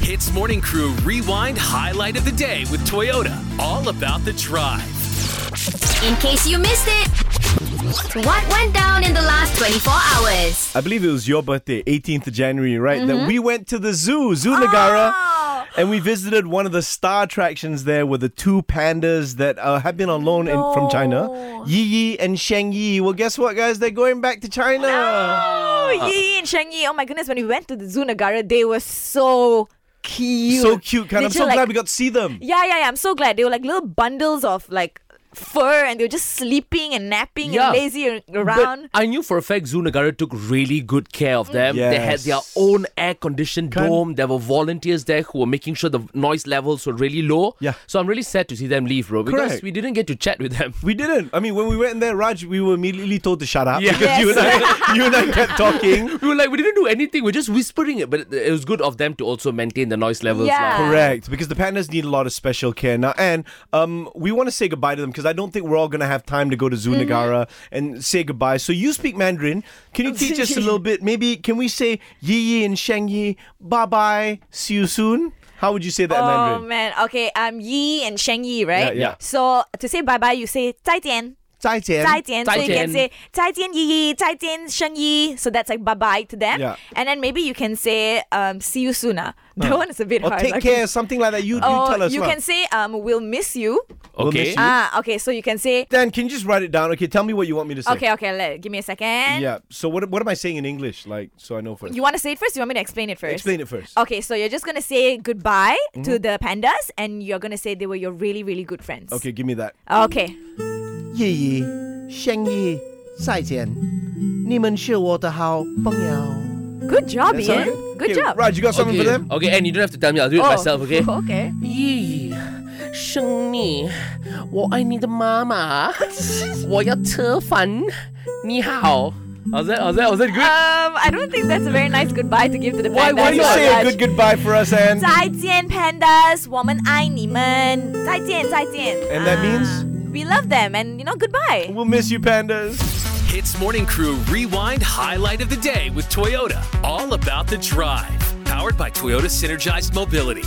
Hits Morning Crew Rewind Highlight of the Day with Toyota. All about the drive. In case you missed it, what went down in the last 24 hours? I believe it was your birthday, 18th January, right? Mm-hmm. That we went to the zoo, Zoo Nagara, Oh! and we visited one of the star attractions there with the two pandas that uh, have been on loan in, from China, Yi Yi and Shang Yi. Well, guess what, guys? They're going back to China. Oh, Uh, Yi Yi and Shang Yi. Oh my goodness, when we went to the Zoo Nagara, they were so cute. So cute, kind of. I'm so Literally, glad like- we got to see them. Yeah, yeah, yeah. I'm so glad. They were like little bundles of like fur and they were just sleeping and napping Yeah. and lazy ar- But around. I knew for a fact Zunagara took really good care of them. They had their Yes. own air-conditioned Kind- dome. There were volunteers there who were making sure the noise levels were really low. Yeah. So I'm really sad to see them leave, bro, because Correct. we didn't get to chat with them. We didn't. I mean, when we went in there, Raj, we were immediately told to shut up Yeah. because you, and I, you and I kept talking. We were like, we didn't do anything. We're just whispering it, but it was good of them to also maintain the noise levels. Yeah. lah. Correct, because the pandas need a lot of special care now, and um, we want to say goodbye to them because I don't think we're all going to have time to go to Zoo Mm-hmm. Nagara and say goodbye. So you speak Mandarin. Can Oh, you teach us a little bit? Maybe can we say Yi Yi and Shang Yi, bye bye, see you soon? How would you say that in Oh Mandarin? man. Okay, um Yi and Shang Yi, right? Yeah, yeah. So to say bye bye you say 再见.再见.再见. So you can 再见. say 再见 Yi Yi, 再见 Shang Yi. So that's like bye bye to them. Yeah. And then maybe you can say um see you soon. ah. That one is a bit Uh, Or hard. take okay. care, something like that. You, you Or tell us. Oh, you lah. can say um we'll miss you. We'll Okay. miss you. Ah, okay. So you can say Dan, can you just write it down? Okay, tell me what you want me to say. okay, okay. Let give me a second. Yeah. So what what am I saying in English? Like, so I know first. You want to say it first? You want me to explain it first? Explain it Mm-hmm. first. Okay, so you're just gonna say goodbye to the pandas, and you're gonna say they were your really, really good friends. Okay, give me that. Okay. 夜姨、相依、再见，你们是我的好朋友。 Good job, That sound Ian. Good okay, job. Raj, you got something Okay. for them? Okay, and you don't have to tell me. I'll do it Oh, myself. Okay. Okay. 咦，生你，我爱你的妈 妈，我要吃饭，你好。Was that was that was that good? Um, I don't think that's a very nice goodbye to give to the Why- pandas. why Why do you not? say a good goodbye for us, Anne? 再见 pandas, 我们爱你们。再见，再见。 And that Ah, means? we love them, and you know goodbye. We'll miss you, pandas. Hits Morning Crew Rewind Highlight of the Day with Toyota. All about the drive. Powered by Toyota Synergized Mobility.